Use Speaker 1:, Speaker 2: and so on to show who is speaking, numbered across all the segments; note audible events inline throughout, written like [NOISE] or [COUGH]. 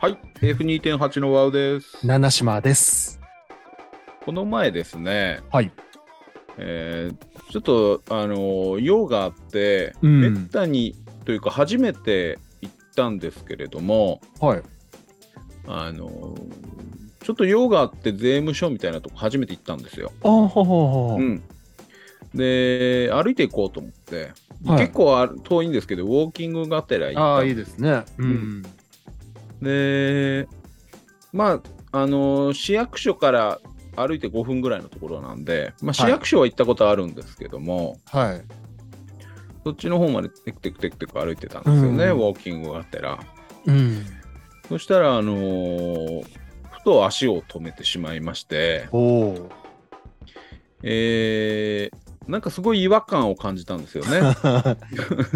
Speaker 1: はい、F2.8 のワウです。
Speaker 2: 七島です。
Speaker 1: この前ですね、
Speaker 2: はい。
Speaker 1: えーちょっと、あのー用があって、
Speaker 2: う
Speaker 1: めっ。たにというか、初めて行ったんですけれども、
Speaker 2: はい。
Speaker 1: あのーちょっと用があって、税務署みたいなとこ初めて行ったんですよ。
Speaker 2: あはは
Speaker 1: う。ん、で、歩いて行こうと思って、
Speaker 2: はい
Speaker 1: 結構あ遠いんですけど、ウォーキングがてら行った
Speaker 2: あ
Speaker 1: ん
Speaker 2: あ、
Speaker 1: で。
Speaker 2: いいですね。うん
Speaker 1: でまああの市役所から歩いて5分ぐらいのところなんで、まあ、市役所は行ったことあるんですけども、
Speaker 2: はい。
Speaker 1: そっちの方までテクテクテクテク歩いてたんですよね、
Speaker 2: うん
Speaker 1: ウォーキングがてら
Speaker 2: うん。
Speaker 1: そしたらあのーふと足を止めてしまいまして
Speaker 2: お [LAUGHS] お。
Speaker 1: えーなんかすごい違和感を感じたんですよ
Speaker 2: [LAUGHS]
Speaker 1: ね。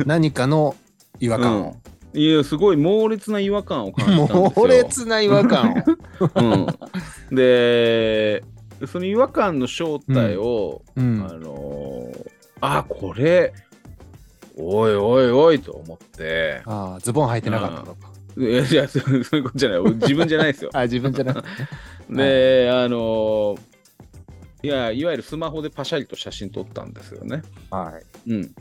Speaker 2: 何かの違和感
Speaker 1: うんいやすごい猛烈な違和感を感じたんですよ。
Speaker 2: 猛烈な違和感を。
Speaker 1: うん、でその違和感の正体を、
Speaker 2: う
Speaker 1: あ。のーあこれおいおいおいと思って
Speaker 2: ああ、ズボン履いてなかったのか。。
Speaker 1: いやいやそそういうことじゃない自分じゃないですよ
Speaker 2: [LAUGHS] あ、自分じゃなくて。
Speaker 1: であのーいやいわゆるスマホでパシャリと写真撮ったんですよね。
Speaker 2: はい。
Speaker 1: うん、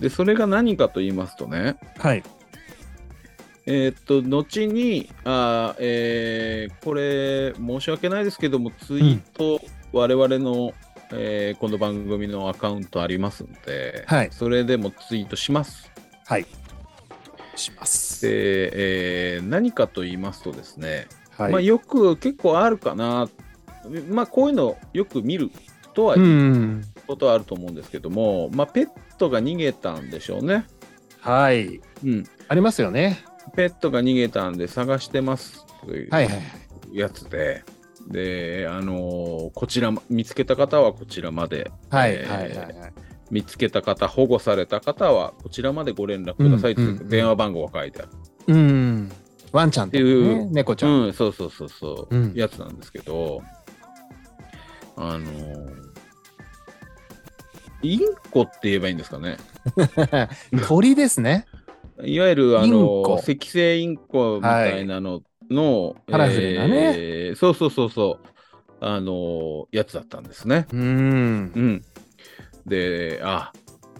Speaker 1: でそれが何かと言いますとね
Speaker 2: はい。
Speaker 1: えーっと後にあー、えーこれ申し訳ないですけどもツイート、我々の、えーこの番組のアカウントありますので、
Speaker 2: はい
Speaker 1: それでもツイートします。
Speaker 2: はい。します。
Speaker 1: で、えー何かと言いますとですね、
Speaker 2: は
Speaker 1: まあ、
Speaker 2: い。
Speaker 1: よく結構あるかな、まあ、こういうのよく見るとは
Speaker 2: う。
Speaker 1: 言うんことはあると思うんですけども、まあ、ペットが逃げたんでしょうね、
Speaker 2: はい。
Speaker 1: うん、
Speaker 2: ありますよね。
Speaker 1: ペットが逃げたんで探してますという
Speaker 2: はいはい。
Speaker 1: やつで。であのーこちらま見つけた方はこちらまで、
Speaker 2: はい
Speaker 1: えー
Speaker 2: はいはいはい。
Speaker 1: 見つけた方保護された方はこちらまでご連絡くださいという
Speaker 2: うんうんうん
Speaker 1: 電話番号が書いてある、
Speaker 2: うん。ワンちゃんとか
Speaker 1: ってい
Speaker 2: ね
Speaker 1: う
Speaker 2: 猫ちゃん。
Speaker 1: うん、そうそうそうそう、
Speaker 2: うん
Speaker 1: やつなんですけど、あのーインコって言えばいいんですかね。
Speaker 2: 鳥ですね。
Speaker 1: いわゆる、あの
Speaker 2: イン
Speaker 1: ー、
Speaker 2: コ
Speaker 1: 赤星インコみたいなのの、
Speaker 2: カラフルなね
Speaker 1: えーそうそうそうそう、あのーやつだったんですね。
Speaker 2: うん
Speaker 1: う。ん。で、あ、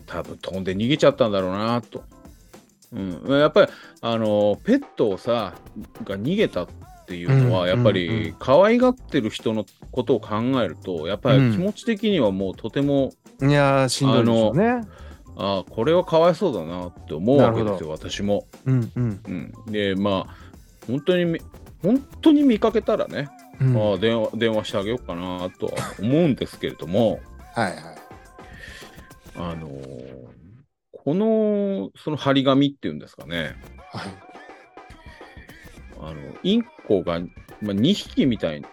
Speaker 1: 多分飛んで逃げちゃったんだろうなと。うん、やっぱり、あのペットをさ、が逃げたっていうのは、
Speaker 2: うん
Speaker 1: やっぱ
Speaker 2: うんうん
Speaker 1: り、可愛がってる人のことを考えると、やっぱり気持ち的にはもうとても、
Speaker 2: いやー、しんどいですよね。
Speaker 1: あこれはかわいそうだなって思うわけですよ、私も。
Speaker 2: うんうん
Speaker 1: うん、で、まあ、本当にみ、本当に見かけたらね、
Speaker 2: うん。
Speaker 1: あ
Speaker 2: は
Speaker 1: あ電話電話してあげようかなとは思うんですけれども。
Speaker 2: いはい。
Speaker 1: あのーこのその張り紙っていうんですかね
Speaker 2: はい
Speaker 1: あのインコが、まあ、2匹みたいに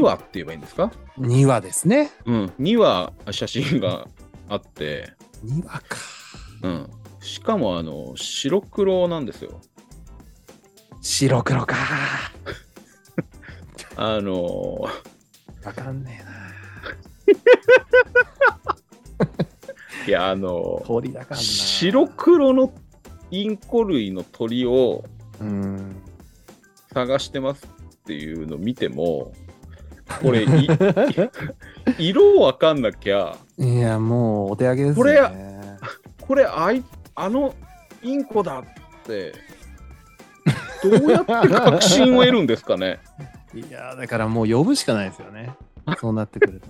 Speaker 1: 2羽って言えばいいんですか、
Speaker 2: 2話ですね。
Speaker 1: うん、2羽写真があって、
Speaker 2: 2話か。
Speaker 1: うん、しかもあの白黒なんですよ。
Speaker 2: 白黒か。
Speaker 1: あの
Speaker 2: わかんねえな。
Speaker 1: ーいやあの
Speaker 2: 鳥だ
Speaker 1: ー
Speaker 2: からな。
Speaker 1: 白。黒のインコ類の鳥を
Speaker 2: うん。
Speaker 1: 探してますっていうのを見てもこれい色わかんなきゃ
Speaker 2: いや、もうお手上げですね。
Speaker 1: これこれあいあのインコだってどうやって確信を得るんですかね
Speaker 2: [LAUGHS]
Speaker 1: [LAUGHS]
Speaker 2: いや、だからもう呼ぶしかないですよね。そうなってく
Speaker 1: [LAUGHS]
Speaker 2: ると。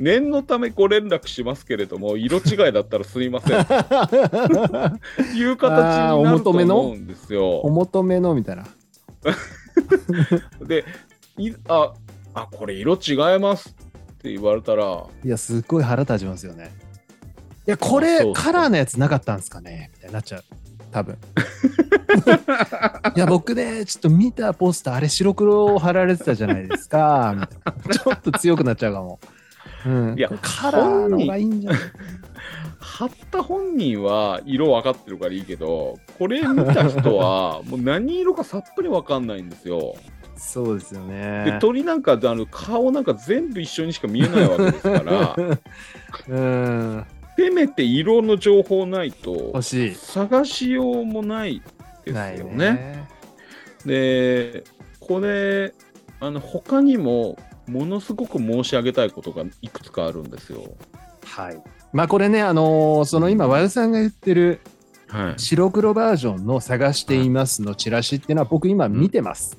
Speaker 1: 念のためご連絡しますけれども色違いだったらすいませ [LAUGHS] んという形
Speaker 2: あー
Speaker 1: に
Speaker 2: お
Speaker 1: なると
Speaker 2: 求めの
Speaker 1: 思うんです
Speaker 2: お
Speaker 1: よ。
Speaker 2: 求めのみたいな。
Speaker 1: でいああこれ色違いますって言われたら
Speaker 2: いや、すっごい腹立ちますよね。いや、これ
Speaker 1: そうそう
Speaker 2: カラーのやつなかったんですかねみたいになっちゃう。多 [LAUGHS] 分いや僕ねちょっと見たポスターあれ白黒を貼られてたじゃないですかみたいなちょっと強くなっちゃうかも、うん、
Speaker 1: いや
Speaker 2: これカラーの方がいいんじゃない
Speaker 1: 貼った本人は色分かってるからいいけどこれ見た人 [LAUGHS] はもう何色かさっぱり分かんないんですよ。
Speaker 2: そうですよ
Speaker 1: で
Speaker 2: ね
Speaker 1: 鳥なんかあの顔なんか全部一緒にしか見えないわけですから
Speaker 2: うん
Speaker 1: せめて色の情報ないと
Speaker 2: 欲しい
Speaker 1: 探しようもないです
Speaker 2: ない
Speaker 1: よね。
Speaker 2: ね
Speaker 1: で、これ、あの他にもものすごく申し上げたいことがいくつかあるんですよ。
Speaker 2: はい。まあこれね、あのーその今、和田さんが言ってる
Speaker 1: はい。
Speaker 2: 白黒バージョンの探していますのチラシっていうのは僕今見てます。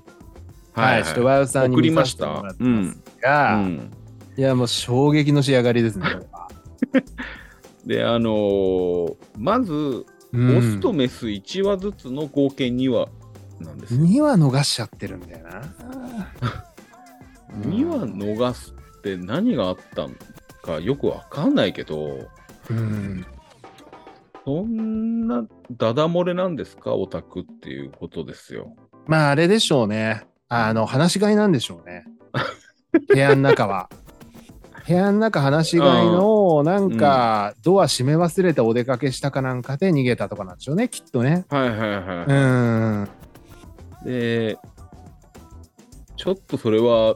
Speaker 2: はい。ちょっと和田さんに
Speaker 1: 送り
Speaker 2: 見
Speaker 1: ま
Speaker 2: さ
Speaker 1: し
Speaker 2: せても
Speaker 1: た
Speaker 2: らっ。て
Speaker 1: う
Speaker 2: ま
Speaker 1: ん
Speaker 2: す。が、
Speaker 1: うん
Speaker 2: いやもう衝撃の仕上がりですね。これは
Speaker 1: で、あのーまず、
Speaker 2: うん
Speaker 1: オスとメス1羽ずつの合計2羽なんですよ。
Speaker 2: 2は逃しちゃってるんだよな。
Speaker 1: 2羽逃すって何があったのかよくわかんないけど、
Speaker 2: うん、
Speaker 1: そんなダダ漏れなんですか、オタクっていうことですよ。
Speaker 2: まああれでしょうね。あの、話し飼いなんでしょう [LAUGHS] ね。部屋の中は。部屋の中話し飼いの、なんか、ドア閉め忘れてお出かけしたかなんかで逃げたとかなんでしょうね、きっとね。
Speaker 1: はいはいはい。
Speaker 2: うん。
Speaker 1: で、ちょっとそれは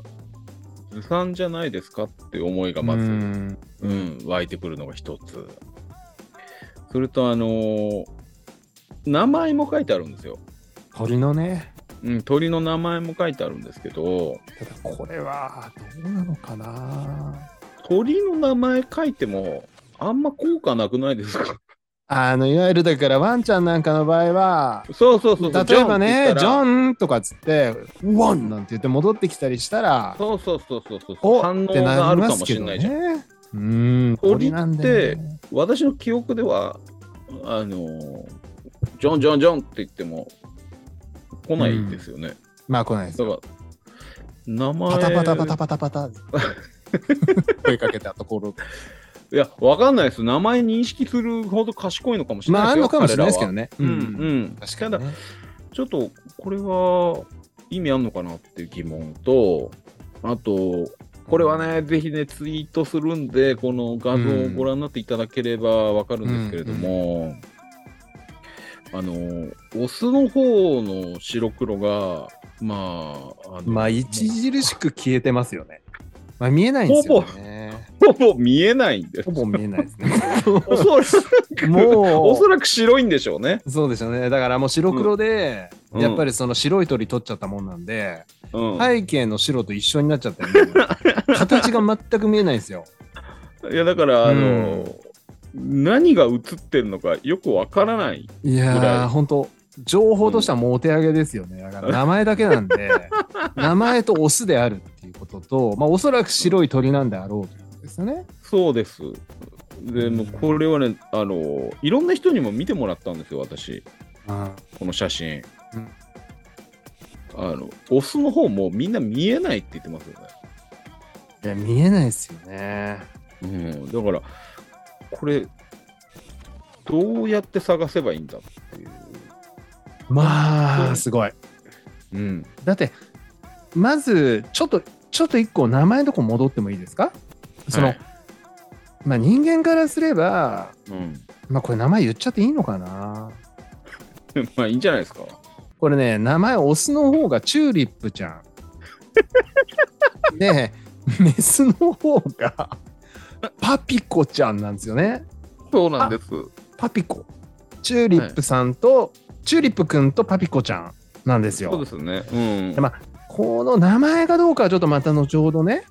Speaker 1: ずさんじゃないですかって思いがまず、
Speaker 2: う
Speaker 1: うん
Speaker 2: ん
Speaker 1: 湧いてくるのが一つ。それと、あのー名前も書いてあるんですよ、
Speaker 2: 鳥のね、
Speaker 1: うん。鳥の名前も書いてあるんですけど、
Speaker 2: ただこれは、どうなのかな。
Speaker 1: 鳥の名前書いても、あんま効果なくないですか [LAUGHS]
Speaker 2: あの、いわゆるだから、ワンちゃんなんかの場合は、
Speaker 1: そうそうそうそう。
Speaker 2: 例えば
Speaker 1: ンって
Speaker 2: ね、ジ
Speaker 1: 言ったら
Speaker 2: ョンとかっつって、ワンなんて言って戻ってきたりしたら、
Speaker 1: そうそうそうそうそう
Speaker 2: お
Speaker 1: 反応
Speaker 2: って
Speaker 1: が
Speaker 2: な
Speaker 1: あ
Speaker 2: り
Speaker 1: る
Speaker 2: ま
Speaker 1: か
Speaker 2: す
Speaker 1: もし
Speaker 2: け
Speaker 1: れ
Speaker 2: ど
Speaker 1: ないじゃん。
Speaker 2: ね。うん、
Speaker 1: 鳥って
Speaker 2: なんでね
Speaker 1: 私の記憶ではあのージョンジョンジョンって言っても来ないんですよね、
Speaker 2: まあ来ないですよ。
Speaker 1: だから名前
Speaker 2: パタパタパタパタ
Speaker 1: [LAUGHS]
Speaker 2: パタ。声かけたところ。
Speaker 1: いやわかんないです名前認識するほど賢いのかもしれない
Speaker 2: まああ
Speaker 1: です
Speaker 2: ん
Speaker 1: よ
Speaker 2: のかもしれないですけど
Speaker 1: ね
Speaker 2: ね。
Speaker 1: うんうん
Speaker 2: 確か
Speaker 1: た
Speaker 2: に
Speaker 1: だ
Speaker 2: ね。
Speaker 1: ちょっとこれは意味あんのかなっていう疑問とあとこれはね、ぜひね、ツイートするんで、この画像をご覧になっていただければわかるんですけれども、あの、オスの方の白黒が、まあ、あの
Speaker 2: まあ著しく消えてますよね。まあ見えないんですよね。
Speaker 1: ほぼ見えないんです
Speaker 2: ほ。ぼ見えないですね。
Speaker 1: おそら
Speaker 2: [LAUGHS]
Speaker 1: く、お
Speaker 2: も
Speaker 1: そらく白いんでしょうね。
Speaker 2: う、そうでしょうね。だからもう白黒で、
Speaker 1: うん
Speaker 2: やっぱりその白い鳥取っちゃったもんなんで、
Speaker 1: うん。い、
Speaker 2: 背景の白と一緒になっちゃってる [LAUGHS] んで、形が全く見えないんですよ。
Speaker 1: や、だから、あの、
Speaker 2: うん
Speaker 1: 何が映ってるのかよくわからない。
Speaker 2: い
Speaker 1: ぐら
Speaker 2: や
Speaker 1: い
Speaker 2: ー、本当情報としてはもうお手上げですよね。だから名前だけなんで、名前とオスであるっていうことと、まあ、おそらく白い鳥なんであろうということですよね。
Speaker 1: そうです。でもうこれはね、あの、いろんな人にも見てもらったんですよ、私。
Speaker 2: うん
Speaker 1: この写真、
Speaker 2: うん
Speaker 1: あのオスの方もみんな見えないって言ってますよ
Speaker 2: いや、見えないですよね。
Speaker 1: ね、うん、だからこれどうやって探せばいいんだっていう、
Speaker 2: まあ、すごい。
Speaker 1: うん、
Speaker 2: だって、まず、ちょっと、ちょっと一個名前のとこ戻ってもいいですかその、
Speaker 1: はい
Speaker 2: まあ人間からすれば、
Speaker 1: うん [LAUGHS]
Speaker 2: まあこれ名前言っちゃっていいのかな
Speaker 1: まあいいんじゃないですか
Speaker 2: これね、名前、オスの方がチューリップちゃん。で、メスの方がパピコちゃんなんですよね。
Speaker 1: そう
Speaker 2: なん
Speaker 1: です
Speaker 2: パピコ。チューリップさんと、チューリップくんとパピコちゃんなんです
Speaker 1: そう
Speaker 2: よ
Speaker 1: で。すねうん、
Speaker 2: でまこの名前かどうかはちょっとまた後ほどね、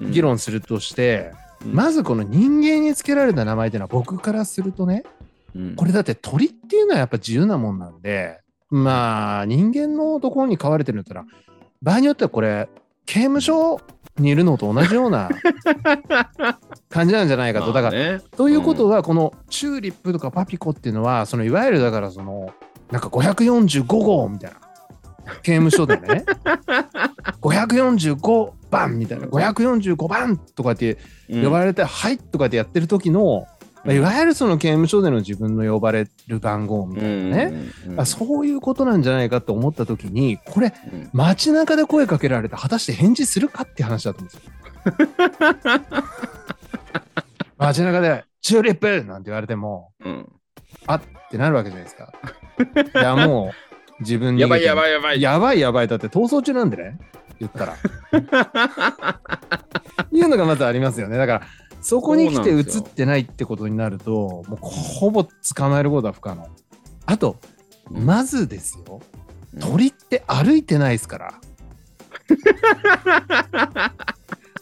Speaker 1: うん
Speaker 2: 議、論するとして、
Speaker 1: うん
Speaker 2: まずこの人間につけられた名前っていうのは僕からするとね、
Speaker 1: うん
Speaker 2: これだって鳥っていうのはやっぱ自由なもんなんで、まあ人間のところに飼われてるんだったら、場合によってはこれ、刑務所にいるのと同じよ
Speaker 1: [LAUGHS]
Speaker 2: うな感じなんじゃないかと。だから、
Speaker 1: ね、
Speaker 2: ということは、このチューリップとかパピコっていうのは、そのいわゆるだからその、なんか545号みたいな。刑務所
Speaker 1: [LAUGHS]
Speaker 2: でね545番みたいな545番とかって
Speaker 1: うん
Speaker 2: 呼ばれて「はい」とかでやってる時の、まあ、いわゆるその刑務所での自分の呼ばれる番号みたいなね、
Speaker 1: うんうん
Speaker 2: あそういうことなんじゃないかと思った時にこれ
Speaker 1: うん
Speaker 2: 街中で声かけられて果たして返事するかって話だと
Speaker 1: [LAUGHS]
Speaker 2: 思うんですよ。街中で「チューリップ!」なんて言われても
Speaker 1: うん
Speaker 2: あってなるわけじゃないですか。いやもう自分に
Speaker 1: やばいや
Speaker 2: い
Speaker 1: ばいやばい
Speaker 2: やばいやばいだって逃走中なんでね言った
Speaker 1: [LAUGHS]
Speaker 2: ら。いうのがまずありますよね。だからそこに来て映ってないってことになるともうほぼ捕まえることは不可能。あと
Speaker 1: うん
Speaker 2: まずですよ鳥って歩いてないですから。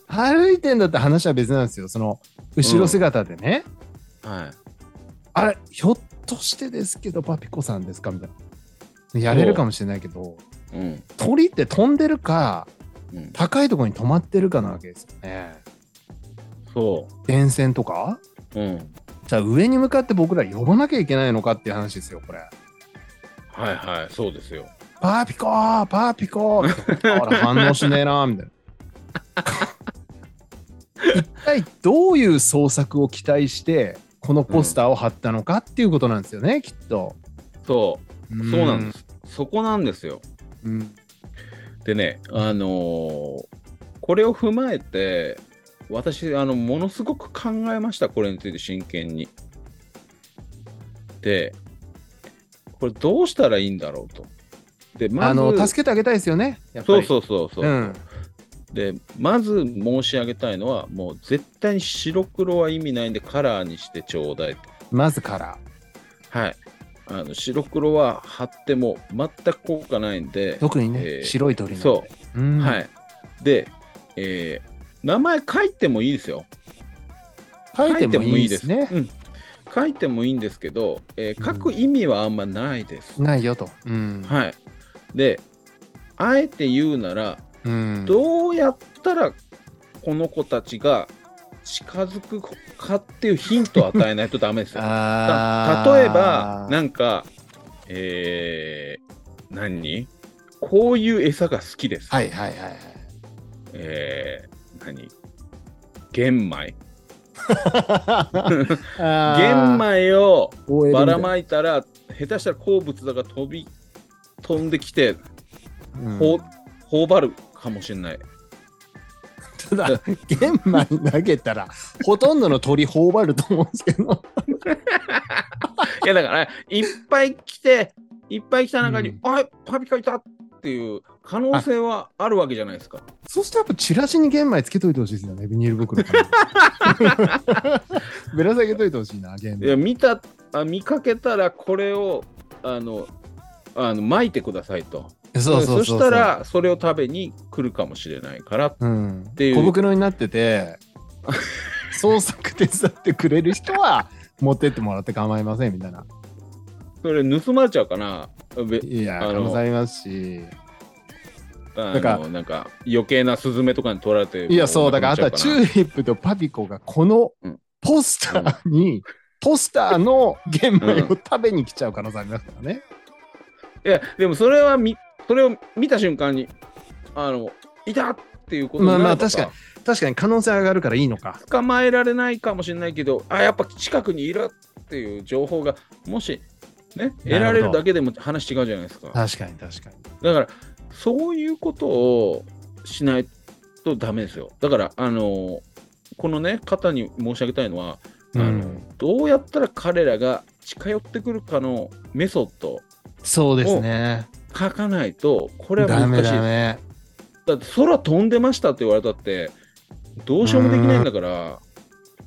Speaker 2: 歩いてんだって話は別なんですよ。その後ろ姿でね、
Speaker 1: はい。
Speaker 2: あれ、ひょっとしてですけど、パピコさんですかみたいな。やれるかもしれないけど、
Speaker 1: うん。
Speaker 2: 鳥って飛んでるか、
Speaker 1: うん、
Speaker 2: 高いところに止まってるかなわけですよね。
Speaker 1: そ
Speaker 2: 電線とか
Speaker 1: う。うん。
Speaker 2: じゃあ上に向かって僕ら呼ばなきゃいけないのかっていう話ですよ、これ。
Speaker 1: はいはい、そうですよ。
Speaker 2: パーピコーパーピコーあら反応しねえなみたいな。一体どういう創作を期待してこのポスターを貼ったのかっていうことなんですよね、きっと。
Speaker 1: そう、そうなんです。そこなんですよ。
Speaker 2: うん。
Speaker 1: でね、あのーこれを踏まえて、私、あの、ものすごく考えました、これについて真剣に。で、これどうしたらいいんだろうと。で、まず、
Speaker 2: あの助けてあげたいですよね。やっぱ
Speaker 1: そう
Speaker 2: り
Speaker 1: そうそうそう。
Speaker 2: うん。
Speaker 1: で、まず申し上げたいのは、もう絶対に白黒は意味ないんで、カラーにしてちょうだいと。
Speaker 2: まずから。
Speaker 1: はい。あの白黒は貼っても全く効果ないんで、
Speaker 2: 特にね、
Speaker 1: えー
Speaker 2: 白い鳥なんで。。
Speaker 1: そう
Speaker 2: ん、。
Speaker 1: はいい。で、えー名前書いてもいいですよ。
Speaker 2: 書いてもいいですね。
Speaker 1: うん書いてもいいんですけど、えー書く意味はあんまないです。
Speaker 2: ないよと。うん。
Speaker 1: はい。で、あえて言うなら、
Speaker 2: うん、
Speaker 1: どうやったらこの子たちが近づくかっていうヒントを与えないとダメ
Speaker 2: [LAUGHS]
Speaker 1: ですよ。
Speaker 2: あ
Speaker 1: た
Speaker 2: ー
Speaker 1: 例えば、なんか、えー何こういう餌が好きです。
Speaker 2: はいはいはいはい。
Speaker 1: えー何玄米玄 [LAUGHS]
Speaker 2: 玄
Speaker 1: 米を
Speaker 2: 米
Speaker 1: ばらまいたら下手したら好物だが飛び飛んできてほ、頬張るかもしれない
Speaker 2: ただ、玄米投げたら、ほとんどの鳥頬張ると思うんですけど、
Speaker 1: いやだからいっぱい来ていっぱい来た中に、
Speaker 2: うん
Speaker 1: あパピカいたっていう可能性はあるわけじゃないですか
Speaker 2: そうしたらやっぱチラシに玄米つけといてほしいですよね、ビニール
Speaker 1: [LAUGHS]
Speaker 2: 袋から。ぶら下げといてほしいな、玄
Speaker 1: いや
Speaker 2: 米。
Speaker 1: 見たあ見かけたらこれをあのあの巻いてくださいと
Speaker 2: そうそうそう
Speaker 1: した、らそれを食べに来るかもしれないから
Speaker 2: うん、
Speaker 1: ていう
Speaker 2: 小袋になっ
Speaker 1: [LAUGHS]
Speaker 2: てて、創作手伝ってくれる人は、持ってってもらって構いませんみたいな。
Speaker 1: それ盗まれちゃうかなべ
Speaker 2: いや、
Speaker 1: あ
Speaker 2: 可
Speaker 1: の
Speaker 2: 能性ありますし。
Speaker 1: あ
Speaker 2: な
Speaker 1: の
Speaker 2: んか
Speaker 1: なんか余計なスズメとかに取られて
Speaker 2: いや、そう、だから、あとはチュー
Speaker 1: 意
Speaker 2: リップとパピコがこの
Speaker 1: うん
Speaker 2: ポスターに、ポスターの玄米を食べに来ちゃう可能性ありますからね。
Speaker 1: いやでもそれはみそれを見た瞬間にあのいたっていうことになれば
Speaker 2: まあまあ確か確かに可能性上がるからいいのか。
Speaker 1: 捕まえられないかもしれないけどあやっぱ近くにいるっていう情報がもしね得られるだけでも話違うじゃないですかだ
Speaker 2: 確かに確かに。
Speaker 1: からそういうことをしないとダメですよだからあのこのね方に申し上げたいのはあの、
Speaker 2: うん
Speaker 1: どうやったら彼らが近寄ってくるかのメソッドを
Speaker 2: そうですね。
Speaker 1: 書かないとこれは
Speaker 2: ダ
Speaker 1: 難し
Speaker 2: メ
Speaker 1: いです
Speaker 2: ダメ。
Speaker 1: だって空飛んでましたって言われたってどうしようもできないんだから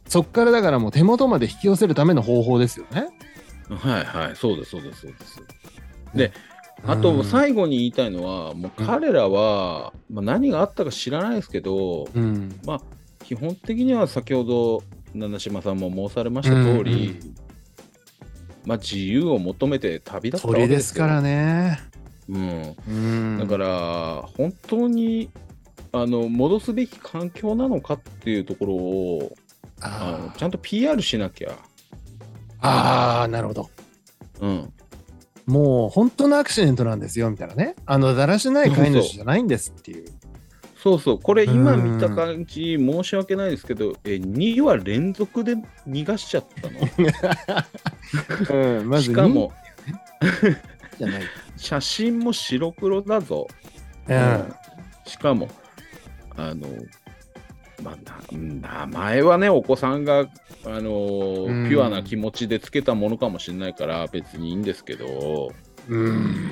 Speaker 2: そっからだからもう手元まで引き寄せるための方法ですよね。
Speaker 1: はいはいそうですそうですそうですあ
Speaker 2: あ
Speaker 1: と最後に言いたいのは、もう彼らは、まあ、何があったか知らないですけど、
Speaker 2: うん。
Speaker 1: 基本的には先ほど七島さんも申されました通り、
Speaker 2: うんうん
Speaker 1: まあ、自由を求めて旅立ったわけ
Speaker 2: 鳥
Speaker 1: で
Speaker 2: ですす
Speaker 1: よ
Speaker 2: からね。
Speaker 1: うん、
Speaker 2: うん。
Speaker 1: だから本当にあの戻すべき環境なのかっていうところをあの
Speaker 2: あ
Speaker 1: ちゃんと PR しなきゃ、
Speaker 2: ーあー、なるほど。
Speaker 1: うん、
Speaker 2: もう本当のアクシデントなんですよみたいなね。あの、だらしない飼い主じゃないんですっていう。
Speaker 1: そうそうこれ今見た感じ申し訳ないですけどえ2話連続で逃がしちゃったの
Speaker 2: うん、 [LAUGHS] まず
Speaker 1: しかも
Speaker 2: 人気じゃない。
Speaker 1: 写真も白黒だぞ、
Speaker 2: うん。
Speaker 1: しかもあの、まあ、な名前はねお子さんがあの
Speaker 2: うん
Speaker 1: ピュアな気持ちでつけたものかもしれないから別にいいんですけど
Speaker 2: うん。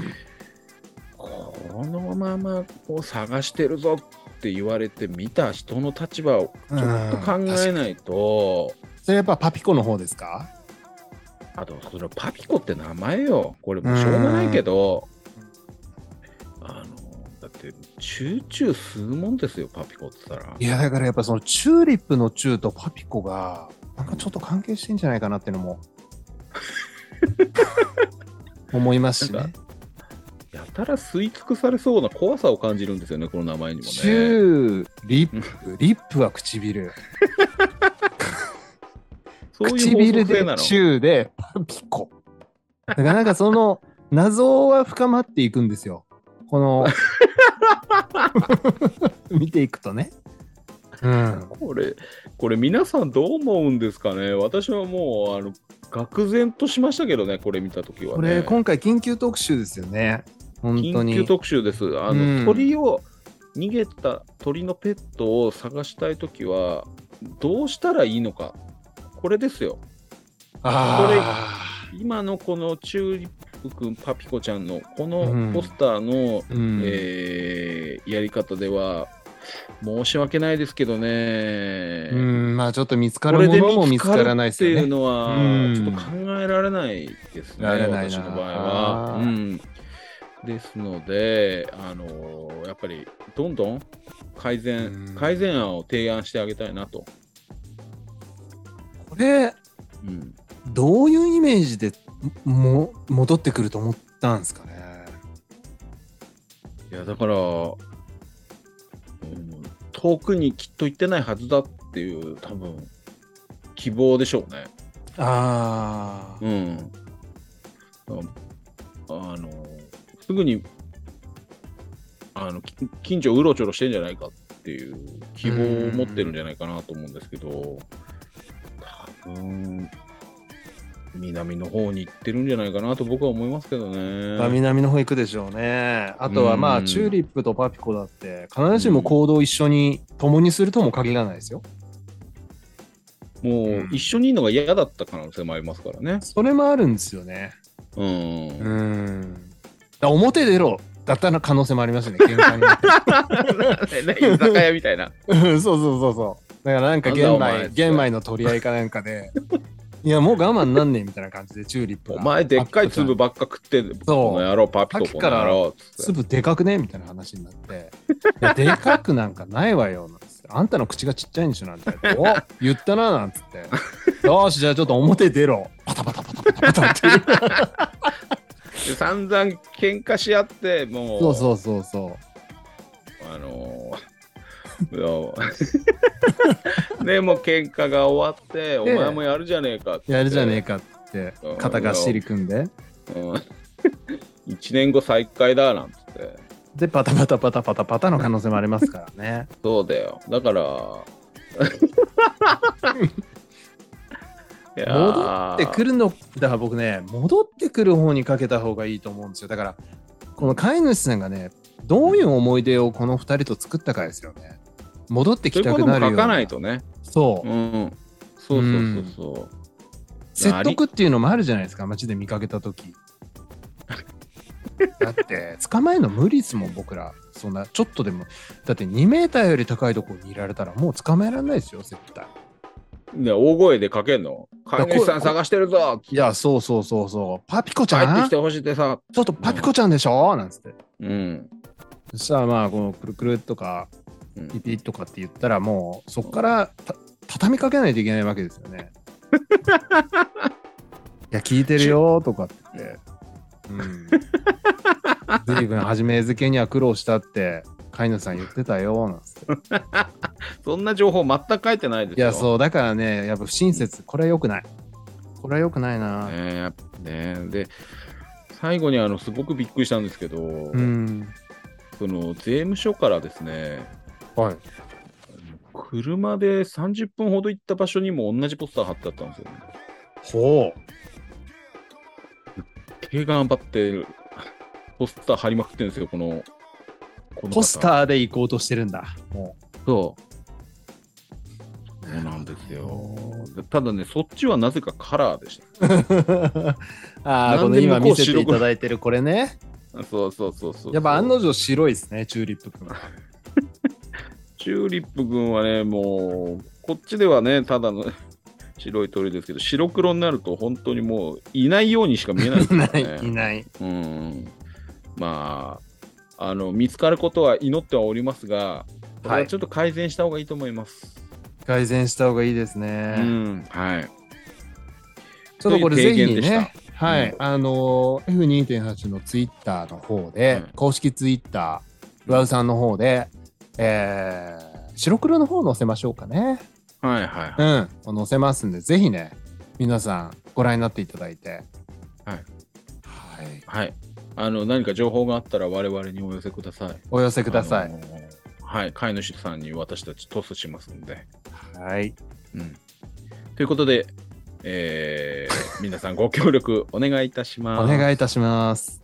Speaker 1: このままこう探してるぞって言われて見た人の立場をちょっと考えないと、
Speaker 2: それやっぱパピコの方ですか
Speaker 1: あとそのパピコって名前よこれもうしょうがないけど、って、チューチュー吸うもんですよ、パピコって言ったら。
Speaker 2: いやだからやっぱそのチューリップのチューとパピコがなんかちょっと関係してんじゃないかなっていう
Speaker 1: [LAUGHS]
Speaker 2: のも思いますし
Speaker 1: なん
Speaker 2: ね
Speaker 1: かやたら吸い尽くされそうな怖さを感じるんですよね、この名前にも
Speaker 2: チ
Speaker 1: ね。
Speaker 2: ューリップリップは唇
Speaker 1: そういう
Speaker 2: 唇
Speaker 1: 法則性
Speaker 2: で
Speaker 1: なの
Speaker 2: チューでパピコだからなんか
Speaker 1: [LAUGHS]
Speaker 2: その謎は深まっていくんですよこの [LAUGHS] 見ていくとねうん
Speaker 1: これ、これ皆さんどう思うんですかね私はもう、あの、愕然としましたけどね、これ見たときは、
Speaker 2: こ
Speaker 1: ね。
Speaker 2: れ今回緊急特集ですよね本当
Speaker 1: 緊
Speaker 2: に
Speaker 1: 急特集です。あの、
Speaker 2: うん
Speaker 1: 鳥を、逃げた鳥のペットを探したいときは、どうしたらいいのか。これですよ。
Speaker 2: あ
Speaker 1: 今のこのチューリップくん、パピコちゃんの、こ
Speaker 2: う
Speaker 1: の
Speaker 2: ん
Speaker 1: ポスターの、
Speaker 2: ーうん
Speaker 1: えーやり方では、申し訳ないですけどね。
Speaker 2: うん、まあちょっと見つか
Speaker 1: こ
Speaker 2: る
Speaker 1: れ
Speaker 2: も
Speaker 1: で
Speaker 2: のも見
Speaker 1: 見
Speaker 2: つ
Speaker 1: つ
Speaker 2: か
Speaker 1: からら
Speaker 2: な
Speaker 1: ない
Speaker 2: いで
Speaker 1: っ
Speaker 2: す
Speaker 1: てい
Speaker 2: よ
Speaker 1: う
Speaker 2: ね。
Speaker 1: のは
Speaker 2: うん
Speaker 1: ちょっと考えられないですね、
Speaker 2: られないな
Speaker 1: 私の場合は。うん、ですので、あのーやっぱりどんどん改善、
Speaker 2: うん
Speaker 1: 改善案を提案してあげたいなと。
Speaker 2: これ、
Speaker 1: うん、
Speaker 2: どういうイメージでも戻ってくると思ったんですかね。
Speaker 1: いやだから、うん遠くにきっと行ってないはずだっていう、多分希望でしょうね。
Speaker 2: ああ、
Speaker 1: うん。ああの、すぐに、あの、き近所をうろちょろしてんじゃないかっていう希望を持ってるんじゃないかなと思うんですけど、多分、南の方に行ってるんじゃないかなと僕は思いますけど
Speaker 2: まあ
Speaker 1: ね。
Speaker 2: 南の方行くでしょうね。あとはまあ、
Speaker 1: うん
Speaker 2: チューリップとパピコだって、必ずしも行動を一緒に、共にするとも限らないですよ。
Speaker 1: も
Speaker 2: う
Speaker 1: うん一緒にいるのが嫌だった可能性もありますからね。
Speaker 2: それもあるんですよね。
Speaker 1: うん。 [LAUGHS]
Speaker 2: うん。だ表出ろだったら可能性もありますよね、喧嘩に
Speaker 1: [LAUGHS]
Speaker 2: なって。
Speaker 1: ね居酒屋みたいな。
Speaker 2: うんそうそうそうそう。だからなんか
Speaker 1: なんだ
Speaker 2: 玄
Speaker 1: お前
Speaker 2: 米、玄米の取り合いかなんかで、いや、もう我慢なんねえみたいな感じで、チューリップ
Speaker 1: お
Speaker 2: が。
Speaker 1: 前でっかい粒ばっか食ってんこの野郎、パピコこの野郎っつって。
Speaker 2: 粒でかくねみたいな話になって、いやでかくなんかないわよ、なんつって。あんたの口がちっちゃいんでしょ、なんて。お言ったな、なんつって。よし、じゃあちょっと表出ろ。パタパタパタパタパタっていう。
Speaker 1: で散々喧嘩し合ってもう
Speaker 2: そうそうそうそう。
Speaker 1: あのーいや、でもう [LAUGHS] 喧嘩が終わってお前もやるじゃねえかって
Speaker 2: やるじゃねえかって
Speaker 1: う、ん
Speaker 2: 肩がっしり組んで。
Speaker 1: うん、1年後再開だなんつって
Speaker 2: で、パタパタパタパタパタの可能性もありますからね。
Speaker 1: そうだよだから
Speaker 2: [LAUGHS]
Speaker 1: いや
Speaker 2: 戻
Speaker 1: ー
Speaker 2: ってくるのだから僕ね戻ってくる方にかけた方がいいと思うんですよだからこの飼い主さんがねどういう思い出をこの2人と作ったかですよね戻って
Speaker 1: そう
Speaker 2: き
Speaker 1: いう
Speaker 2: た
Speaker 1: こ
Speaker 2: く
Speaker 1: とも
Speaker 2: なるよう
Speaker 1: 書
Speaker 2: な
Speaker 1: かないとね
Speaker 2: そう、
Speaker 1: うんそうそうそうそう
Speaker 2: 説得っていうのもあるじゃないですか街で見かけた [LAUGHS] 時だって捕まえるの無理ですもん僕らそんなちょっとでもだって2メーターより高いところにいられたらもう捕まえられないですよ絶対
Speaker 1: で大声で書けんの
Speaker 2: いや
Speaker 1: 飼い主さん
Speaker 2: これ
Speaker 1: 探してるぞ
Speaker 2: いやそうそうそうそうパピコち
Speaker 1: 帰
Speaker 2: ゃ
Speaker 1: って
Speaker 2: ん
Speaker 1: き
Speaker 2: ち
Speaker 1: てほしいってさ
Speaker 2: ょっとパピコちゃんでしょなんつって
Speaker 1: うん
Speaker 2: そしたらまあこのくるくるとか
Speaker 1: うん
Speaker 2: ピピとかって言ったらもうそこからた畳みかけないといけないわけですよ [LAUGHS] ね。いや聞いてるよとかって言って。 [LAUGHS] うん。随分初め付けには苦労したって飼い主さん言ってたよなんつって。
Speaker 1: そんな情報全く書いてないです
Speaker 2: い
Speaker 1: よ。
Speaker 2: やそうだからねやっぱ不親切これは良くない。これは良くないな。
Speaker 1: ねやっぱねで、最後にあのすごくびっくりしたんですけど、
Speaker 2: うん。
Speaker 1: その税務署からですね、
Speaker 2: はい。
Speaker 1: 車で30分ほど行った場所にも同じポスター貼ってあったんですよ、ね。
Speaker 2: ほ
Speaker 1: 手頑張って、ポスター貼りまくってるんですよ、この。こ
Speaker 2: う。
Speaker 1: の
Speaker 2: ポス
Speaker 1: ー
Speaker 2: ターで行こうとしてるんだ。も [LAUGHS]
Speaker 1: そう。そうなんですよ。ただね、そっちはなぜかカラーでし
Speaker 2: う。ああ、この今見せていただいてるこれね。
Speaker 1: た。そうそうそうそう。
Speaker 2: やっぱ案の定白いですね、チューリップくんは。
Speaker 1: チューリップ君はね、もう、こっちではね、ただの [LAUGHS] 白い鳥ですけど、白黒になると本当に
Speaker 2: [LAUGHS]
Speaker 1: もういないようにしか見えないです
Speaker 2: い
Speaker 1: か
Speaker 2: な
Speaker 1: らね。
Speaker 2: い、いない。
Speaker 1: うん。まあ、あの見つかることは祈ってはおりますが、これ
Speaker 2: は
Speaker 1: はいちょっと改善した方がいいと思います。
Speaker 2: 改善した方がいいですね。
Speaker 1: うん、はい。
Speaker 2: ちょっとこれぜ
Speaker 1: という
Speaker 2: ひ
Speaker 1: 提言でした
Speaker 2: ね、はい、
Speaker 1: うん
Speaker 2: あのー F2.8 のツイッターの方で、
Speaker 1: うん
Speaker 2: 公式ツイッター、ルアウさんの方で、えー白黒の方載せましょうかね。
Speaker 1: はいは
Speaker 2: うん、載せますんで、ぜひね、皆さんご覧になっていただいて。
Speaker 1: はい。
Speaker 2: はい。
Speaker 1: い。はい。あの、何か情報があったら我々にお寄せください。
Speaker 2: お寄せくださ
Speaker 1: あ
Speaker 2: い。
Speaker 1: のはい。飼い主さんに私たちトスしますんで。
Speaker 2: はい。
Speaker 1: うん。ということで、えー皆さんご協力お願いいたします。
Speaker 2: お願いいたします。